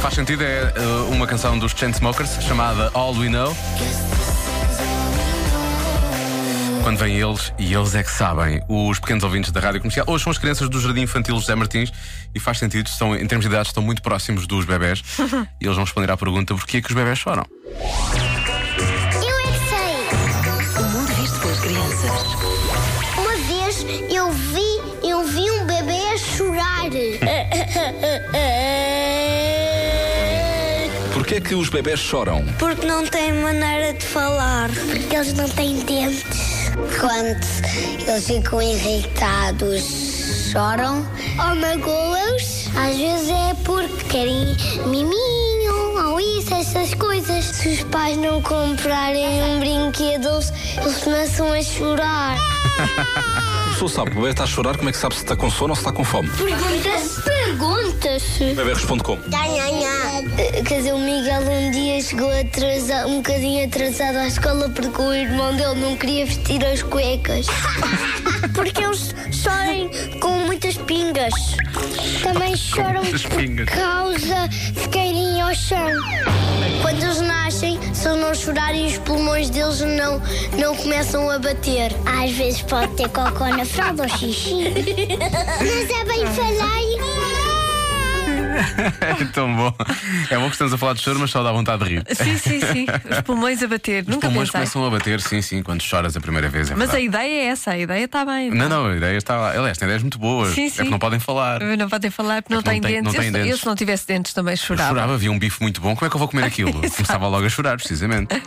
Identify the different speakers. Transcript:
Speaker 1: Faz sentido, é uh, uma canção dos Chainsmokers chamada All We Know. Quando vêm eles, e eles é que sabem, os pequenos ouvintes da rádio comercial. Hoje são as crianças do Jardim Infantil José Martins e faz sentido, estão, em termos de idade, estão muito próximos dos bebés. e eles vão responder à pergunta: porquê é que os bebés choram?
Speaker 2: Eu é que sei!
Speaker 3: O mundo visto pelas crianças.
Speaker 2: Uma vez eu vi, eu vi um bebê a chorar.
Speaker 4: Porquê é que os bebés choram?
Speaker 2: Porque não tem maneira de falar. Porque eles não têm dentes. Quando eles ficam irritados, choram. Ou magoam-os. Às vezes é porque querem miminho ou isso, essas coisas. Se os pais não comprarem um brinquedo, eles, eles começam a chorar.
Speaker 4: A pessoa sabe, o bebê está a chorar, como é que sabe se está com sono ou se está com fome?
Speaker 2: Pergunta-se, pergunta-se.
Speaker 4: O bebê responde como?
Speaker 2: Eh, Quer dizer, o Miguel um dia chegou atrasado, um bocadinho atrasado à escola porque o irmão dele não queria vestir as cuecas. porque eles choram com muitas pingas. Também choram
Speaker 1: muitas pingas.
Speaker 2: por causa de caírem ao chão. Quando eles nascem, se eles não chorarem, os pulmões deles não, não começam a bater. Às vezes pode ter cocô na fralda ou xixi. Mas é bem falar.
Speaker 1: é tão bom. É bom que estamos a falar de choro, mas só dá vontade de rir.
Speaker 5: Sim, sim, sim. Os pulmões a bater.
Speaker 1: Os
Speaker 5: Nunca
Speaker 1: pulmões
Speaker 5: pensei.
Speaker 1: começam a bater, sim, sim, quando choras a primeira vez. É
Speaker 5: Mas a
Speaker 1: verdade.
Speaker 5: ideia é essa, a ideia está bem.
Speaker 1: Não, não, a ideia está lá. Aliás, tem ideias muito boas.
Speaker 5: Sim,
Speaker 1: É
Speaker 5: sim.
Speaker 1: que não podem falar.
Speaker 5: Não podem falar porque não,
Speaker 1: que não
Speaker 5: têm
Speaker 1: tem- não
Speaker 5: dentes.
Speaker 1: têm
Speaker 5: eu,
Speaker 1: dentes.
Speaker 5: eu, se não tivesse dentes, também
Speaker 1: Eu chorava, havia um bife muito bom. Como é que eu vou comer aquilo? Começava logo a chorar, precisamente.